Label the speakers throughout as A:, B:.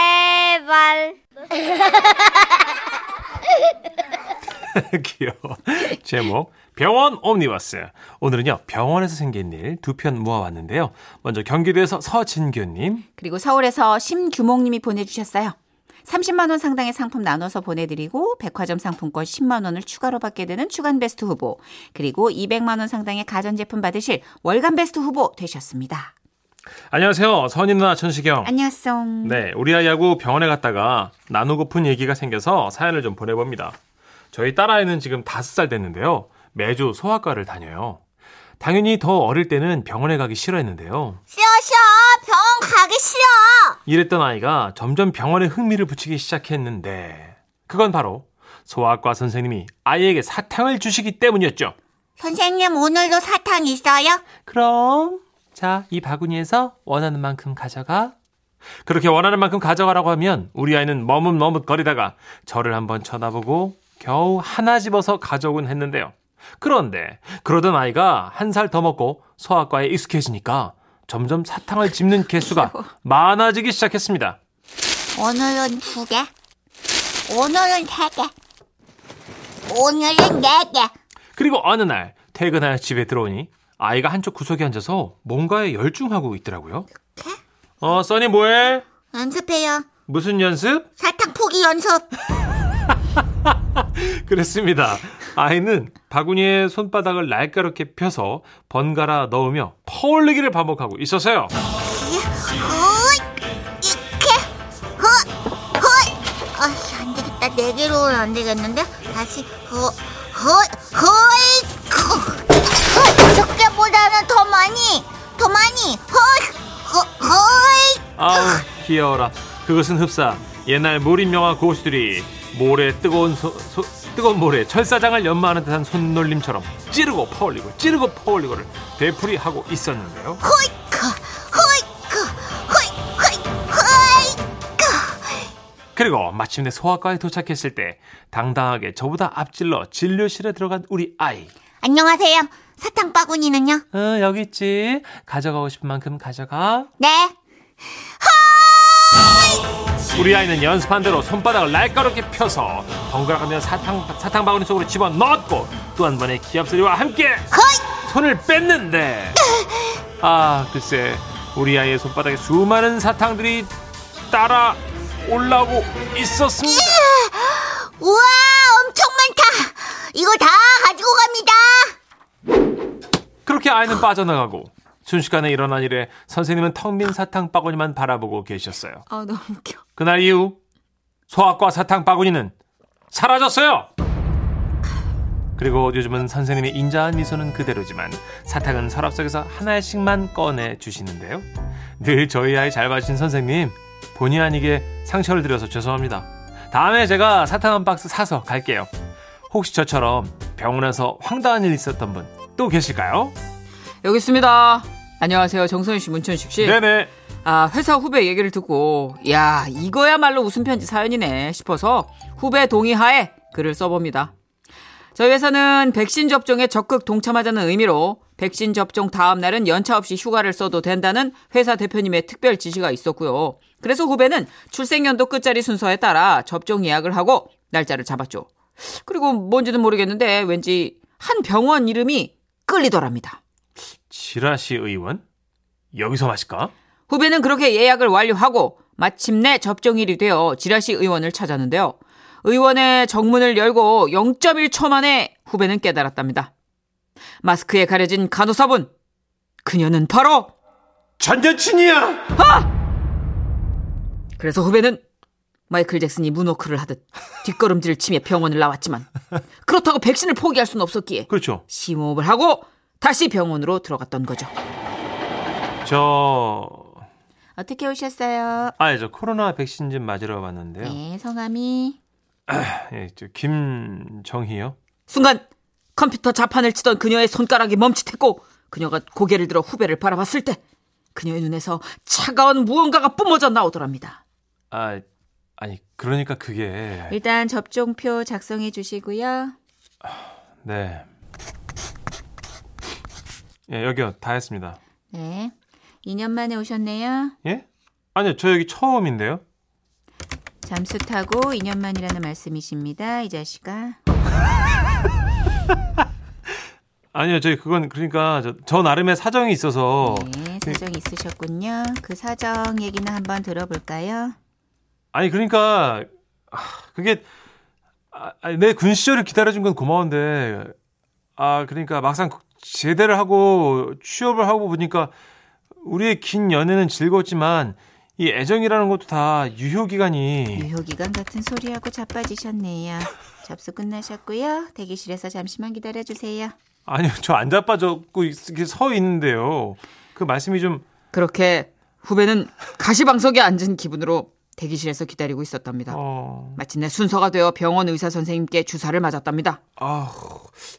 A: 제목 병원 옴니버스. 오늘은요 병원에서 생긴 일 두 편 모아왔는데요. 먼저 경기도에서 서진규님.
B: 그리고 서울에서 심규몽님이 보내주셨어요. 30만 원 상당의 상품 나눠서 보내드리고 백화점 상품권 10만 원을 추가로 받게 되는 주간 베스트 후보 그리고 200만 원 상당의 가전제품 받으실 월간 베스트 후보 되셨습니다.
A: 안녕하세요 선인 누나 천시경.
B: 안녕하세요.
A: 네, 우리 아이하고 병원에 갔다가 나누고픈 얘기가 생겨서 사연을 좀 보내봅니다. 저희 딸아이는 지금 5살 됐는데요. 매주 소아과를 다녀요. 당연히 더 어릴 때는 병원에 가기 싫어했는데요.
C: 싫어 싫어 병원 가기 싫어
A: 이랬던 아이가 점점 병원에 흥미를 붙이기 시작했는데 그건 바로 소아과 선생님이 아이에게 사탕을 주시기 때문이었죠.
C: 선생님 오늘도 사탕 있어요?
A: 그럼 자, 이 바구니에서 원하는 만큼 가져가. 그렇게 원하는 만큼 가져가라고 하면 우리 아이는 머뭇머뭇 거리다가 저를 한번 쳐다보고 겨우 하나 집어서 가져오곤 했는데요. 그런데 그러던 아이가 한 살 더 먹고 소아과에 익숙해지니까 점점 사탕을 집는 개수가 많아지기 시작했습니다.
C: 오늘은 두 개, 오늘은 세 개, 오늘은 네 개.
A: 그리고 어느 날 퇴근하여 집에 들어오니 아이가 한쪽 구석에 앉아서 뭔가에 열중하고 있더라고요. 어, 써니 뭐해?
C: 연습해요.
A: 무슨 연습?
C: 사탕 포기 연습.
A: 그랬습니다. 아이는 바구니에 손바닥을 날카롭게 펴서 번갈아 넣으며 퍼올리기를 반복하고 있었어요.
C: 굿, 이렇게, 굿, 굿. 아, 안 되겠다. 어, 네 개로는 안 되겠는데? 다시, 굿, 굿, 어, 굿, 굿. 몇 개보다는 더 많이, 더 많이, 어, 굿, 굿, 굿.
A: 아우, 귀여워라. 그것은 흡사. 옛날 몰입 영화 고수들이 모래 뜨거운 소- 소- 뜨거운 모래 철사장을 연마하는 듯한 손놀림처럼 찌르고 퍼올리고 찌르고 퍼올리고를 되풀이하고 있었는데요.
C: 호이크 호이크 호이크 호이크
A: 그리고 마침내 소아과에 도착했을 때 당당하게 저보다 앞질러 진료실에 들어간 우리 아이.
C: 안녕하세요 사탕 바구니는요?
A: 어, 여기 있지. 가져가고 싶은 만큼 가져가.
C: 네
A: 우리 아이는 연습한 대로 손바닥을 날카롭게 펴서 번갈아가며 사탕, 사탕 바구니 속으로 집어넣었고 또 한 번의 기합소리와 함께
C: 호이
A: 손을 뺐는데 아 글쎄 우리 아이의 손바닥에 수많은 사탕들이 따라 올라오고 있었습니다
C: 우와 엄청 많다 이거 다 가지고 갑니다
A: 그렇게 아이는 빠져나가고 순식간에 일어난 일에 선생님은 텅 빈 사탕 바구니만 바라보고 계셨어요
B: 아 너무 웃겨.
A: 그날 이후 소아과 사탕 바구니는 사라졌어요. 그리고 요즘은 선생님의 인자한 미소는 그대로지만 사탕은 서랍 속에서 하나씩만 꺼내 주시는데요. 늘 저희 아이 잘 봐주신 선생님 본의 아니게 상처를 드려서 죄송합니다. 다음에 제가 사탕 한 박스 사서 갈게요. 혹시 저처럼 병원에서 황당한 일 있었던 분 또 계실까요?
D: 여기 있습니다. 안녕하세요. 정선희 씨, 문천식 씨.
A: 네네.
D: 아, 회사 후배 얘기를 듣고, 야, 이거야말로 웃음편지 사연이네 싶어서 후배 동의하에 글을 써봅니다. 저희 회사는 백신 접종에 적극 동참하자는 의미로 백신 접종 다음 날은 연차 없이 휴가를 써도 된다는 회사 대표님의 특별 지시가 있었고요. 그래서 후배는 출생연도 끝자리 순서에 따라 접종 예약을 하고 날짜를 잡았죠. 그리고 뭔지는 모르겠는데 왠지 한 병원 이름이 끌리더랍니다.
A: 지라시 의원 여기서 마실까?
D: 후배는 그렇게 예약을 완료하고 마침내 접종일이 되어 지라시 의원을 찾았는데요. 의원의 정문을 열고 0.1초 만에 후배는 깨달았답니다. 마스크에 가려진 간호사분. 그녀는 바로
A: 전 여친이야.
D: 그래서 후배는 마이클 잭슨이 문워크를 하듯 뒷걸음질을 치며 병원을 나왔지만 그렇다고 백신을 포기할 수는 없었기에
A: 그렇죠.
D: 심호흡을 하고 다시 병원으로 들어갔던 거죠.
A: 저
B: 어떻게 오셨어요?
A: 아, 예, 저 코로나 백신 좀 맞으러 왔는데요.
B: 네 성함이
A: 예, 저 김정희요.
D: 순간 컴퓨터 자판을 치던 그녀의 손가락이 멈칫했고 그녀가 고개를 들어 후배를 바라봤을 때 그녀의 눈에서 차가운 무언가가 뿜어져 나오더랍니다.
A: 아, 아니 그러니까 그게
B: 일단 접종표 작성해 주시고요.
A: 네. 예, 여기요. 다 했습니다.
B: 네 2년 만에 오셨네요.
A: 예? 아니요, 저 여기 처음인데요.
B: 잠수 타고 2년 만이라는 말씀이십니다. 이 자식아.
A: 아니요, 저희 그건 그러니까 저, 저 나름의 사정이 있어서
B: 네, 사정이 있으셨군요. 그 사정 얘기나 한번 들어볼까요?
A: 아니 그러니까 아, 그게 아, 내 군 시절을 기다려준 건 고마운데 아 그러니까 막상 제대를 하고 취업을 하고 보니까 우리의 긴 연애는 즐거웠지만 이 애정이라는 것도 다 유효 기간이
B: 유효기간 같은 소리하고 자빠지셨네요. 접수 끝나셨고요. 대기실에서 잠시만 기다려주세요.
A: 아니요 저 안 자빠졌고 이렇게 서 있는데요 그 말씀이 좀
D: 그렇게 후배는 가시방석에 앉은 기분으로 대기실에서 기다리고 있었답니다.
A: 어,
D: 마침내 순서가 되어 병원 의사 선생님께 주사를 맞았답니다.
A: 아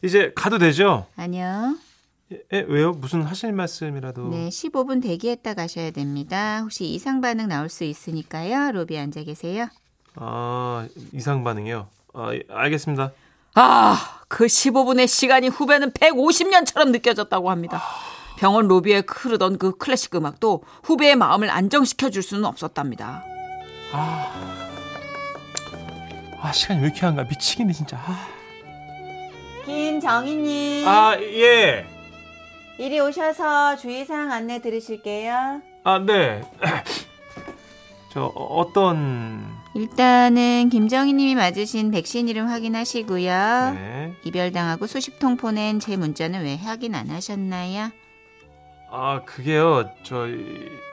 A: 이제 가도 되죠?
B: 아니요.
A: 예, 왜요? 무슨 하실 말씀이라도
B: 네, 15분 대기했다 가셔야 됩니다. 혹시 이상 반응 나올 수 있으니까요. 로비 앉아 계세요.
A: 아 이상 반응이요. 아 예, 알겠습니다.
D: 아, 그 15분의 시간이 후배는 150년처럼 느껴졌다고 합니다. 병원 로비에 흐르던 그 클래식 음악도 후배의 마음을 안정시켜 줄 수는 없었답니다.
A: 아, 아 시간이 왜 이렇게 안가 미치겠네 진짜. 아,
B: 김정희님,
A: 예.
B: 이리 오셔서 주의사항 안내 들으실게요.
A: 아 네. 저 어, 어떤
B: 일단은 김정희님이 맞으신 백신 이름 확인하시고요.
A: 네.
B: 이별당하고 수십 통 보낸 제 문자는 왜 확인 안 하셨나요?
A: 아 그게요. 저 이-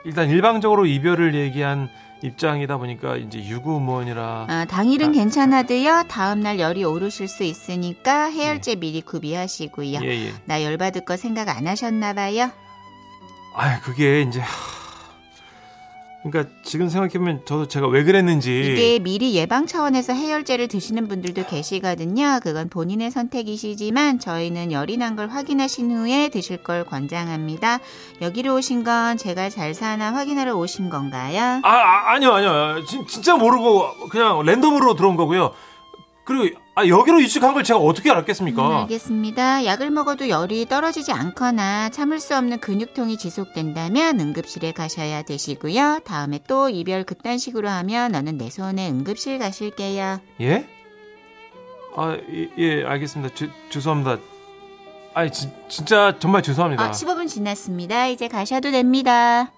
A: 일단 일방적으로 이별을 얘기한 입장이다 보니까 이제 유구무원이라.
B: 아, 당일은
A: 아. 네.
B: 괜찮아도요. 다음날 열이 오르실 수 있으니까 해열제 미리 구비하시고요.
A: 예 예.
B: 나 열받을 거 생각 안 하셨나 봐요.
A: 아 그게 이제. 하, 그러니까 지금 생각해보면 저도 제가 왜 그랬는지.
B: 이게 미리 예방 차원에서 해열제를 드시는 분들도 계시거든요. 그건 본인의 선택이시지만 저희는 열이 난 걸 확인하신 후에 드실 걸 권장합니다. 여기로 오신 건 제가 잘 사나 확인하러 오신 건가요?
A: 아, 아 아니요 아니요 진, 진짜 모르고 그냥 랜덤으로 들어온 거고요. 그리고 아, 여기로 이직한 걸 제가 어떻게 알았겠습니까?
B: 음, 알겠습니다. 약을 먹어도 열이 떨어지지 않거나 참을 수 없는 근육통이 지속된다면 응급실에 가셔야 되시고요. 다음에 또 이별 극단식으로 하면 너는 내 손에 응급실 가실게요.
A: 예? 아, 예, 예, 알겠습니다. 죄, 죄송합니다. 아니, 지, 진짜 정말 죄송합니다.
B: 아, 15분 지났습니다. 이제 가셔도 됩니다.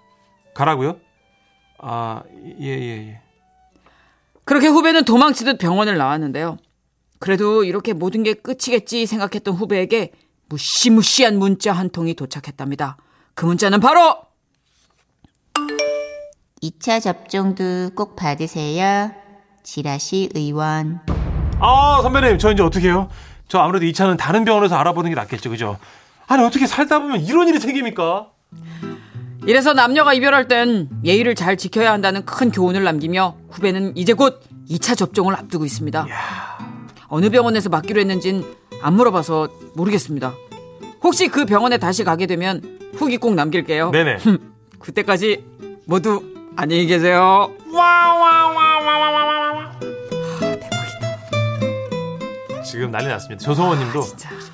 A: 가라고요? 아, 예, 예, 예.
D: 그렇게 후배는 도망치듯 병원을 나왔는데요. 그래도 이렇게 모든 게 끝이겠지 생각했던 후배에게 무시무시한 문자 한 통이 도착했답니다. 그 문자는 바로
B: 2차 접종도 꼭 받으세요. 지라시 의원.
A: 아, 선배님, 저 이제 어떻게 해요? 저 아무래도 이 차는 다른 병원에서 알아보는 게 낫겠죠, 그죠? 아니, 어떻게 살다 보면 이런 일이 생깁니까?
D: 이래서 남녀가 이별할 땐 예의를 잘 지켜야 한다는 큰 교훈을 남기며 후배는 이제 곧 2차 접종을 앞두고 있습니다. 어느 병원에서 맞기로 했는진 안 물어봐서 모르겠습니다. 혹시 그 병원에 다시 가게 되면 후기 꼭 남길게요.
A: 네네.
D: 그때까지 모두 안녕히 계세요.
A: 아, 지금 난리 났습니다. 조성원
D: 아,
A: 님도.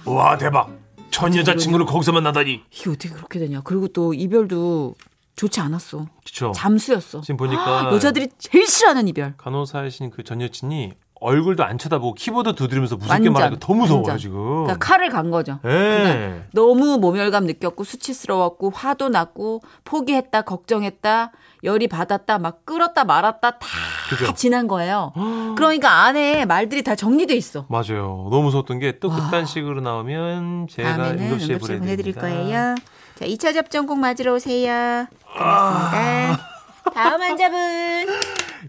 A: 와, 대박. 전 여자친구를 거기서 만나다니.
D: 이게 어떻게 그렇게 되냐. 그리고 또 이별도 좋지 않았어.
A: 그쵸.
D: 잠수였어.
A: 지금 보니까.
D: 여자들이 제일 싫어하는 이별.
A: 간호사이신 그 전 여친이 얼굴도 안 쳐다보고 키보드 두드리면서 무섭게
D: 완전,
A: 말하니까 더 무서워요
D: 완전.
A: 지금.
D: 그러니까 칼을 간 거죠.
A: 예.
D: 너무 모멸감 느꼈고 수치스러웠고 화도 났고 포기했다 걱정했다 열이 받았다 막 끌었다 말았다 다
A: 그죠.
D: 지난 거예요.
A: 아.
D: 그러니까 안에 말들이 다 정리돼 있어.
A: 맞아요. 너무 무서웠던 게 또 극단식으로 나오면 제가
B: 다음에는
A: 응급실에
B: 응급실
A: 보내드릴
B: 보내드릴 거예요. 자, 2차 접종 꼭 맞으러 오세요. 고맙습니다.
C: 아.
B: 다음 환자분.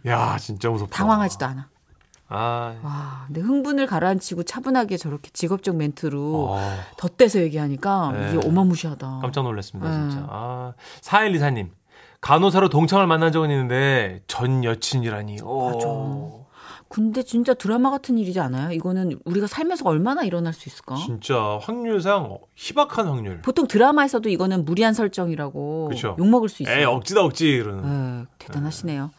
A: 야 진짜 무섭다.
D: 당황하지도 않아.
A: 아,
D: 와, 근데 흥분을 가라앉히고 차분하게 저렇게 직업적 멘트로
A: 어,
D: 덧대서 얘기하니까
A: 네.
D: 이게 어마무시하다.
A: 깜짝 놀랐습니다
D: 음.
A: 진짜. 아, 사일리사님 간호사로 동창을 만난 적은 있는데 전 여친이라니. 오,
D: 근데 진짜 드라마 같은 일이지 않아요? 이거는 우리가 살면서 얼마나 일어날 수 있을까?
A: 진짜 확률상 희박한 확률.
D: 보통 드라마에서도 이거는 무리한 설정이라고
A: 그쵸.
D: 욕먹을 수 있어요. 음.
A: 에 예, 억지다 억지 이러는.
D: 에, 대단하시네요.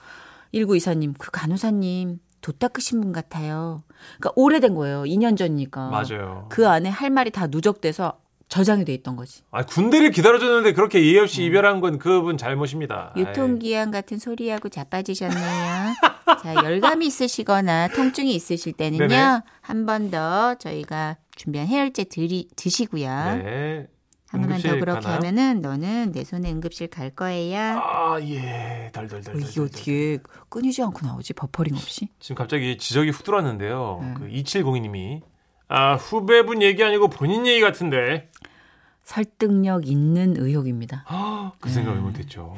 D: 1924님, 그 간호사님, 도 닦으신 분 같아요. 그러니까 오래된 거예요. 2년 전이니까.
A: 맞아요.
D: 그 안에 할 말이 다 누적돼서 저장이 돼 있던 거지.
A: 아, 군대를 기다려줬는데 그렇게 예의 없이 이별한 건 그분 잘못입니다.
B: 음. 유통기한 같은 소리하고 자빠지셨네요. 자, 열감이 있으시거나 통증이 있으실 때는요.
A: 네네.
B: 한 번 더 저희가 준비한 해열제 들이, 드시고요.
A: 네.
B: 한 번만 더
A: 응급실
B: 그렇게
A: 가나요?
B: 하면은 너는 내 손에 응급실 갈 거예요.
A: 아, 예. 덜덜덜.
D: 이게
A: 네,
D: 어떻게 끊이지 않고 나오지? 버퍼링 없이?
A: 지금 갑자기 지적이 훅 들어왔는데요.
B: 네.
A: 그 2702님이 아, 후배분 얘기 아니고 본인 얘기 같은데.
D: 설득력 있는 의혹입니다.
A: 아, 그 생각을 못 했죠.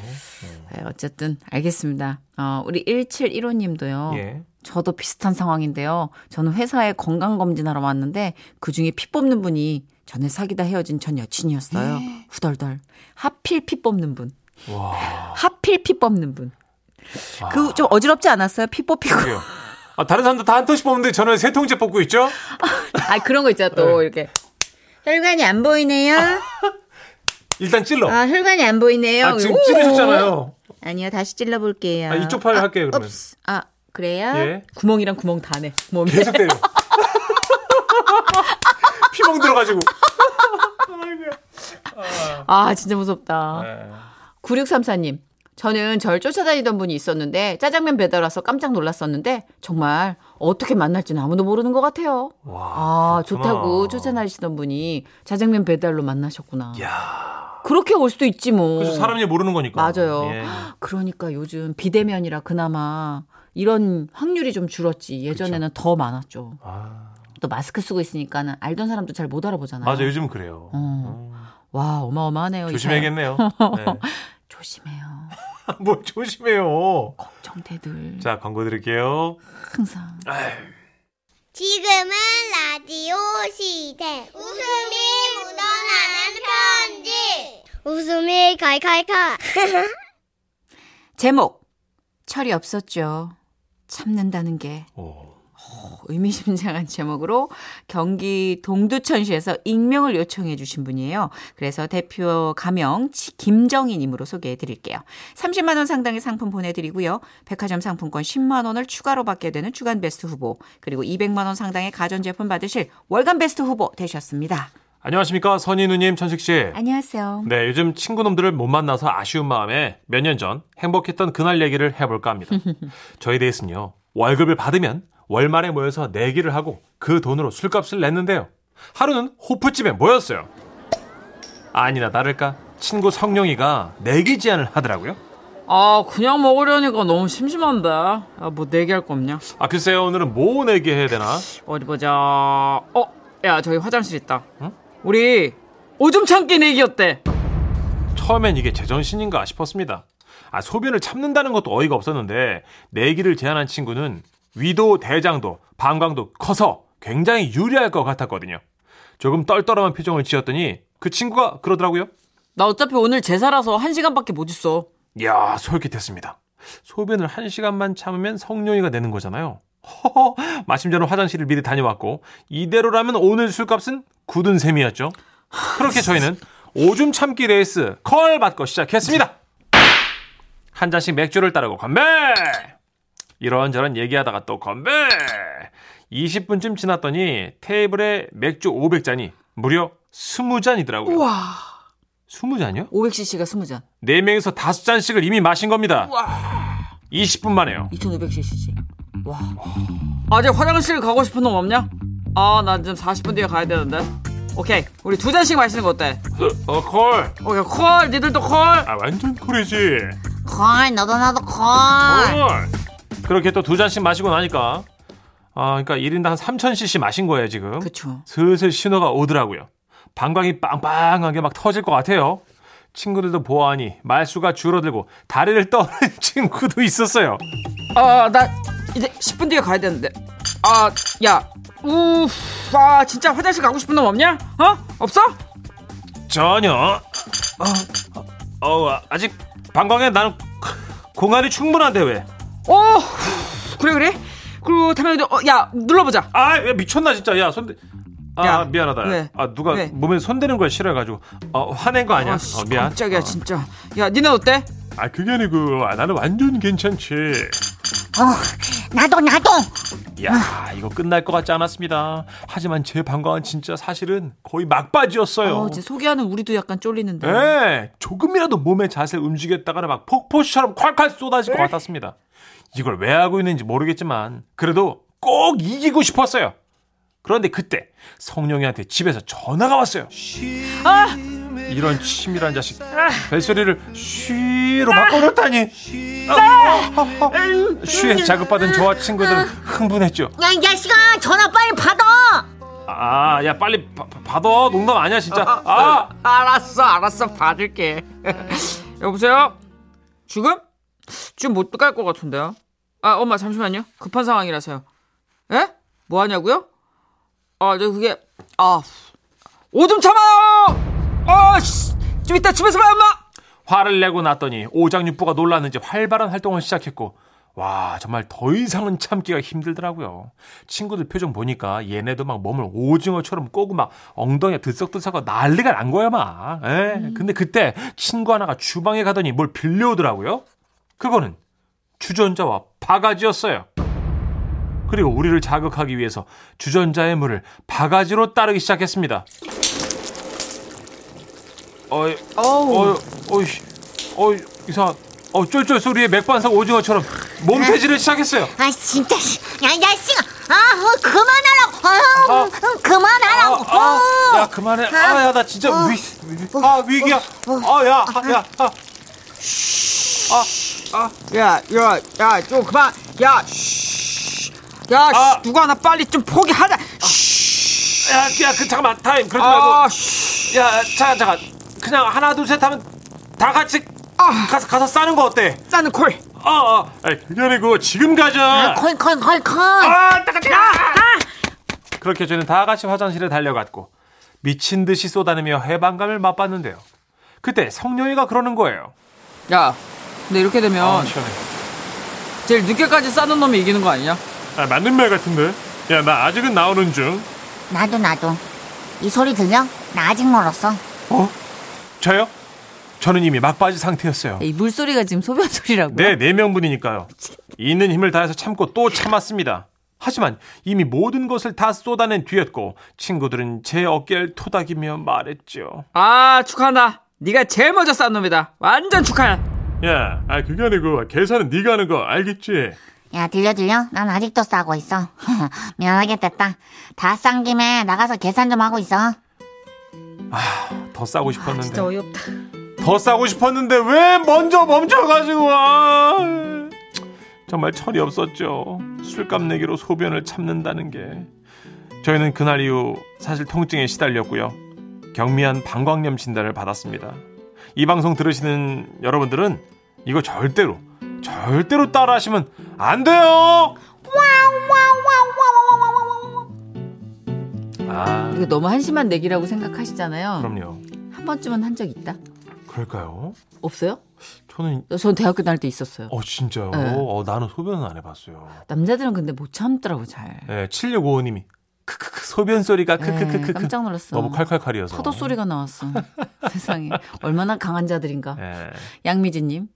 D: 네, 어쨌든 알겠습니다. 어, 우리
B: 어.
D: 1715님도요.
A: 예.
D: 저도 비슷한 상황인데요. 저는 회사에 건강검진하러 왔는데 그중에 피 뽑는 분이 전에 사귀다 헤어진 전 여친이었어요. 후덜덜. 하필 피 뽑는 분.
A: 와.
D: 하필 피 뽑는 분.
A: 아.
D: 그 좀 어지럽지 않았어요? 피 뽑히고.
A: 그래요. 아, 다른 사람들 다 한 통씩 뽑는데 저는 세 통째 뽑고 있죠? 네.
D: 아 그런 거 있잖아 또 이렇게.
B: 혈관이 안 보이네요.
A: 일단 찔러.
B: 아, 혈관이 안 보이네요.
A: 아, 지금
B: 오!
A: 찔리셨잖아요.
B: 아니요, 다시 찔러볼게요.
A: 아, 이쪽 팔 할게요, 그러면.
B: 옵스. 아, 그래요?
A: 예.
D: 구멍이랑 구멍 다네. 몸에.
A: 계속 때려. 피멍 들어가지고.
D: 아 진짜 무섭다.
A: 네.
D: 9634님. 저는 절 쫓아다니던 분이 있었는데 짜장면 배달 와서 깜짝 놀랐었는데 정말 어떻게 만날지는 아무도 모르는 것 같아요.
A: 와,
D: 아,
A: 그렇구나.
D: 좋다고 쫓아다니시던 분이 짜장면 배달로 만나셨구나.
A: 야,
D: 그렇게 올 수도 있지 뭐.
A: 그래서 사람이 모르는 거니까.
D: 맞아요.
A: 예.
D: 그러니까 요즘 비대면이라 그나마 이런 확률이 좀 줄었지. 예전에는 더 많았죠.
A: 아,
D: 또 마스크 쓰고 있으니까는 알던 사람도 잘 못 알아보잖아요.
A: 맞아, 요즘 그래요. 음.
D: 와, 음. 어마어마하네요. 이
A: 조심해야겠네요. 네.
D: 사연. 조심해요.
A: 뭘 조심해요.
D: 걱정돼들.
A: 자, 광고 드릴게요.
D: 항상.
C: 지금은 라디오 시대. 웃음이 묻어나는 편지. 웃음이 칼칼칼.
D: 제목. 철이 없었죠. 참는다는 게.
A: 오.
D: 의미심장한 제목으로 경기 동두천시에서 익명을 요청해 주신 분이에요. 그래서 대표 가명 치- 김정희님으로 소개해 드릴게요. 30만 원 상당의 상품 보내드리고요. 백화점 상품권 10만 원을 추가로 받게 되는 주간 베스트 후보 그리고 200만 원 상당의 가전제품 받으실 월간 베스트 후보 되셨습니다.
A: 안녕하십니까, 선희 누님, 천식 씨.
B: 안녕하세요.
A: 네, 요즘 친구놈들을 못 만나서 아쉬운 마음에 몇 년 전 행복했던 그날 얘기를 해볼까 합니다. 저희 데이스는요, 월급을 받으면 월말에 모여서 내기를 하고 그 돈으로 술값을 냈는데요. 하루는 호프집에 모였어요. 아니나 다를까, 친구 성룡이가 내기 제안을 하더라고요.
D: 아 그냥 먹으려니까 너무 심심한데. 아뭐 내기할 거 없냐?
A: 아, 글쎄요, 오늘은 뭐 내기 해야 되나?
D: 어디 보자. 어, 야 저기 화장실 있다. 우리 오줌 참기 내기 어때?
A: 처음엔 이게 제정신인가 싶었습니다. 아, 소변을 참는다는 것도 어이가 없었는데 내기를 제안한 친구는 위도 대장도 방광도 커서 굉장히 유리할 것 같았거든요. 조금 떨떠름한 표정을 지었더니 그 친구가 그러더라고요.
D: 나 어차피 오늘 제사라서 한 시간밖에 못 있어.
A: 이야, 솔깃했습니다. 소변을 한 시간만 참으면 성룡이가 내는 거잖아요. 허허, 마침 저는 화장실을 미리 다녀왔고 이대로라면 오늘 술값은 굳은 셈이었죠. 그렇게 저희는 오줌 참기 레이스 컬 받고 시작했습니다. 한 잔씩 맥주를 따르고 건배! 이런저런 얘기하다가 또 건배! 20분쯤 지났더니 테이블에 맥주 500잔이 무려 20잔이더라고요.
D: 우와.
A: 20잔이요?
D: 500cc가 20잔.
A: 4명에서 5잔씩을 이미 마신 겁니다. 20분 만에요.
D: 2500cc지. 와. 아직 화장실 가고 싶은 놈 없냐? 아, 나 지금 40분 뒤에 가야 되는데. 오케이. 우리 두 잔씩 마시는 거 어때?
A: 어, 콜.
D: 오케이. 콜. 니들도 콜.
A: 아, 완전 콜이지.
C: 걸, 너도 나도 걸.
A: 콜. 그렇게 또 두 잔씩 마시고 나니까 아, 그러니까 1인당 한 3000cc 마신 거예요, 지금.
D: 그쵸.
A: 슬슬 신호가 오더라고요. 방광이 빵빵하게 막 터질 것 같아요. 친구들도 보아하니 말수가 줄어들고 다리를 떠는 친구도 있었어요.
D: 아, 나 이제 10분 뒤에 가야 되는데. 아, 야. 우. 아, 진짜 화장실 가고 싶은 놈 없냐? 어? 없어?
A: 전혀 어, 어, 어, 아직 방광에 나는 공간이 충분한데 왜?
D: 오. 어, 그래 그래. 그리고 담양이도 어, 야, 눌러 보자.
A: 아, 야, 미쳤나 진짜. 야, 손대. 아,
D: 야,
A: 미안하다.
D: 왜?
A: 아, 누가
D: 왜?
A: 몸에 손대는 걸 싫어해가지고 어, 화낸 거 아니야?
D: 씨,
A: 어, 미안.
D: 깜짝이야,
A: 어.
D: 진짜. 야, 니네 어때?
A: 아, 그게 아니고 아, 나는 완전 괜찮지.
C: 나도, 나도.
A: 야, 아, 이거 끝날 것 같지 않았습니다. 하지만 제 방광은 진짜 사실은 거의 막바지였어요.
D: 어, 이제 소개하는 우리도 약간 쫄리는데.
A: 예, 조금이라도 몸의 자세 움직였다가는 막 폭포수처럼 콸콸 쏟아질 것 같았습니다. 이걸 왜 하고 있는지 모르겠지만 그래도 꼭 이기고 싶었어요. 그런데 그때 성룡이한테 집에서 전화가 왔어요.
D: 아,
A: 이런 치밀한 자식 벨소리를 쉬로 바꿔놓다니 아, 아, 아. 쉬에 자극받은 저와 친구들은 흥분했죠
C: 야, 이 자식아, 전화 빨리 받아!
A: 아 야 빨리 바, 바- 받아 농담 아니야 진짜
D: 아,
A: 아
D: 알았어, 알았어, 받을게. 여보세요? 지금? 지금 못 갈 것 같은데요? 아, 엄마, 잠시만요. 급한 상황이라서요. 에? 뭐 하냐고요? 아, 저 그게, 아, 오줌 참아요! 아, 씨! 좀 이따 집에서 봐요, 엄마!
A: 화를 내고 났더니 오장육부가 놀랐는지 활발한 활동을 시작했고 와 정말 더 이상은 참기가 힘들더라고요 친구들 표정 보니까 얘네도 막 몸을 오징어처럼 꼬고 막 엉덩이에 들썩들썩하고 난리가 난 거야 막 에? 근데 그때 친구 하나가 주방에 가더니 뭘 빌려오더라고요 그거는 주전자와 바가지였어요 그리고 우리를 자극하기 위해서 주전자의 물을 바가지로 따르기 시작했습니다 어이
D: 어우.
A: 어이, 어이, 어이, 이상한, 어, 쫄쫄 소리에 맥반석 오징어처럼 몸태지를 시작했어요.
C: 아, 진짜. 씨. 야, 이 자식아. 아, 어, 그만하라고. 아, 음, 음,
A: 아,
C: 그만하라고.
A: 아,
C: 어.
A: 야, 그만해. 아, 야, 나 진짜
C: 어.
A: 위, 위, 아, 위기야. 아, 야, 아, 야, 아.
D: 야, 야, 야, 좀 그만. 야, 쉬. 야, 쉬.
A: 아.
D: 누가 하나 빨리 좀 포기하자. 쉬.
A: 야, 야, 그, 잠깐만, 타임. 그러지
D: 아,
A: 말고.
D: 쉬.
A: 야, 잠깐, 잠깐. 그냥 하나, 둘, 셋 하면 다 같이
D: 아.
A: 가서, 가서 싸는 거 어때?
D: 싸는 콜.
A: 어, 아, 어. 아이, 그년이고, 지금
D: 아,
A: 가자.
C: 콜콜콜콜.
A: 아, 따가, 따가. 그렇게 저는 다 같이 화장실에 달려갔고 미친 듯이 쏟아내며 해방감을 맛봤는데요. 그때 성녀이가 그러는 거예요.
D: 야, 근데 이렇게 되면
A: 아, 시원해.
D: 제일 늦게까지 싸는 놈이 이기는 거 아니냐?
A: 아, 맞는 말 같은데. 야, 나 아직은 나오는 중.
C: 나도, 나도. 이 소리 들려? 나 아직 멀었어.
A: 어? 저요? 저는 이미 막바지 상태였어요.
D: 이 물소리가 지금 소변 소리라고.
A: 네, 네 명분이니까요. 있는 힘을 다해서 참고 또 참았습니다. 하지만 이미 모든 것을 다 쏟아낸 뒤였고 친구들은 제 어깨를 토닥이며 말했죠.
D: 아, 축하한다. 네가 제일 먼저 싼 놈이다. 완전 축하해.
A: 야, 아 그게 아니고 계산은 네가 하는 거 알겠지?
C: 야, 들려, 들려? 난 아직도 싸고 있어. 미안하게 됐다. 다 싼 김에 나가서 계산 좀 하고 있어.
A: 더 싸고 싶었는데.
D: 아, 어이없다.
A: 더 싸고 싶었는데 왜 먼저 멈춰가지고 와 정말 철이 없었죠 술값 내기로 소변을 참는다는 게 저희는 그날 이후 사실 통증에 시달렸고요 경미한 방광염 진단을 받았습니다 이 방송 들으시는 여러분들은 이거 절대로 절대로 따라하시면 안 돼요 아
D: 이거 너무 한심한 내기라고 생각하시잖아요.
A: 그럼요
D: 한 번쯤은 한 적 있다?
A: 그럴까요
D: 없어요?
A: 저는
D: 전 대학교 다닐 때 있었어요.
A: 어 진짜요
D: 네.
A: 어 나는 소변은 안 해봤어요
D: 남자들은 근데 못 참더라고 잘.
A: 네, 7655님이 크크크 소변 소리가
D: 네,
A: 크크크크
D: 깜짝 놀랐어.
A: 너무 칼칼칼이어서
D: 파도 소리가 나왔어. 세상에 얼마나 강한 자들인가.
A: 네.
D: 양미진님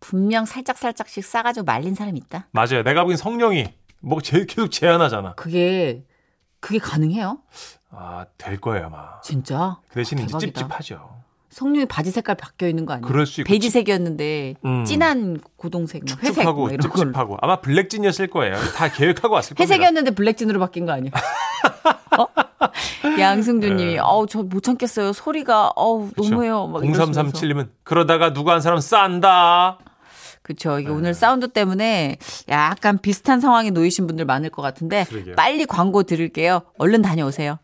D: 분명 살짝 살짝씩 싸가지고 말린 사람 있다.
A: 맞아요. 내가 보기엔 성령이 뭐 제- 계속 제안하잖아.
D: 그게 그게 가능해요?
A: 아 될 거예요 아마.
D: 진짜?
A: 그 대신 이제
D: 대박이다.
A: 찝찝하죠.
D: 성룡이 바지 색깔 바뀌어 있는 거 아니에요?
A: 그럴 수 있고
D: 베이지색이었는데
A: 음.
D: 진한 고동색, 막 회색
A: 하고
D: 막 이런 걸.
A: 찝찝하고 아마 블랙진이었을 거예요. 다 계획하고 왔을 겁니다.
D: 회색이었는데 블랙진으로 바뀐 거 아니에요? 어?
A: 네.
D: 양승준님이 어우 저 못 참겠어요 소리가 어우 너무해요 막
A: 0337님은 그렇죠? 그러다가 누구 한 사람 싼다.
D: 그렇죠
A: 네.
D: 이게 오늘 사운드 때문에 약간 비슷한 상황에 놓이신 분들 많을 것 같은데
A: 그러게요.
D: 빨리 광고 들을게요 얼른 다녀오세요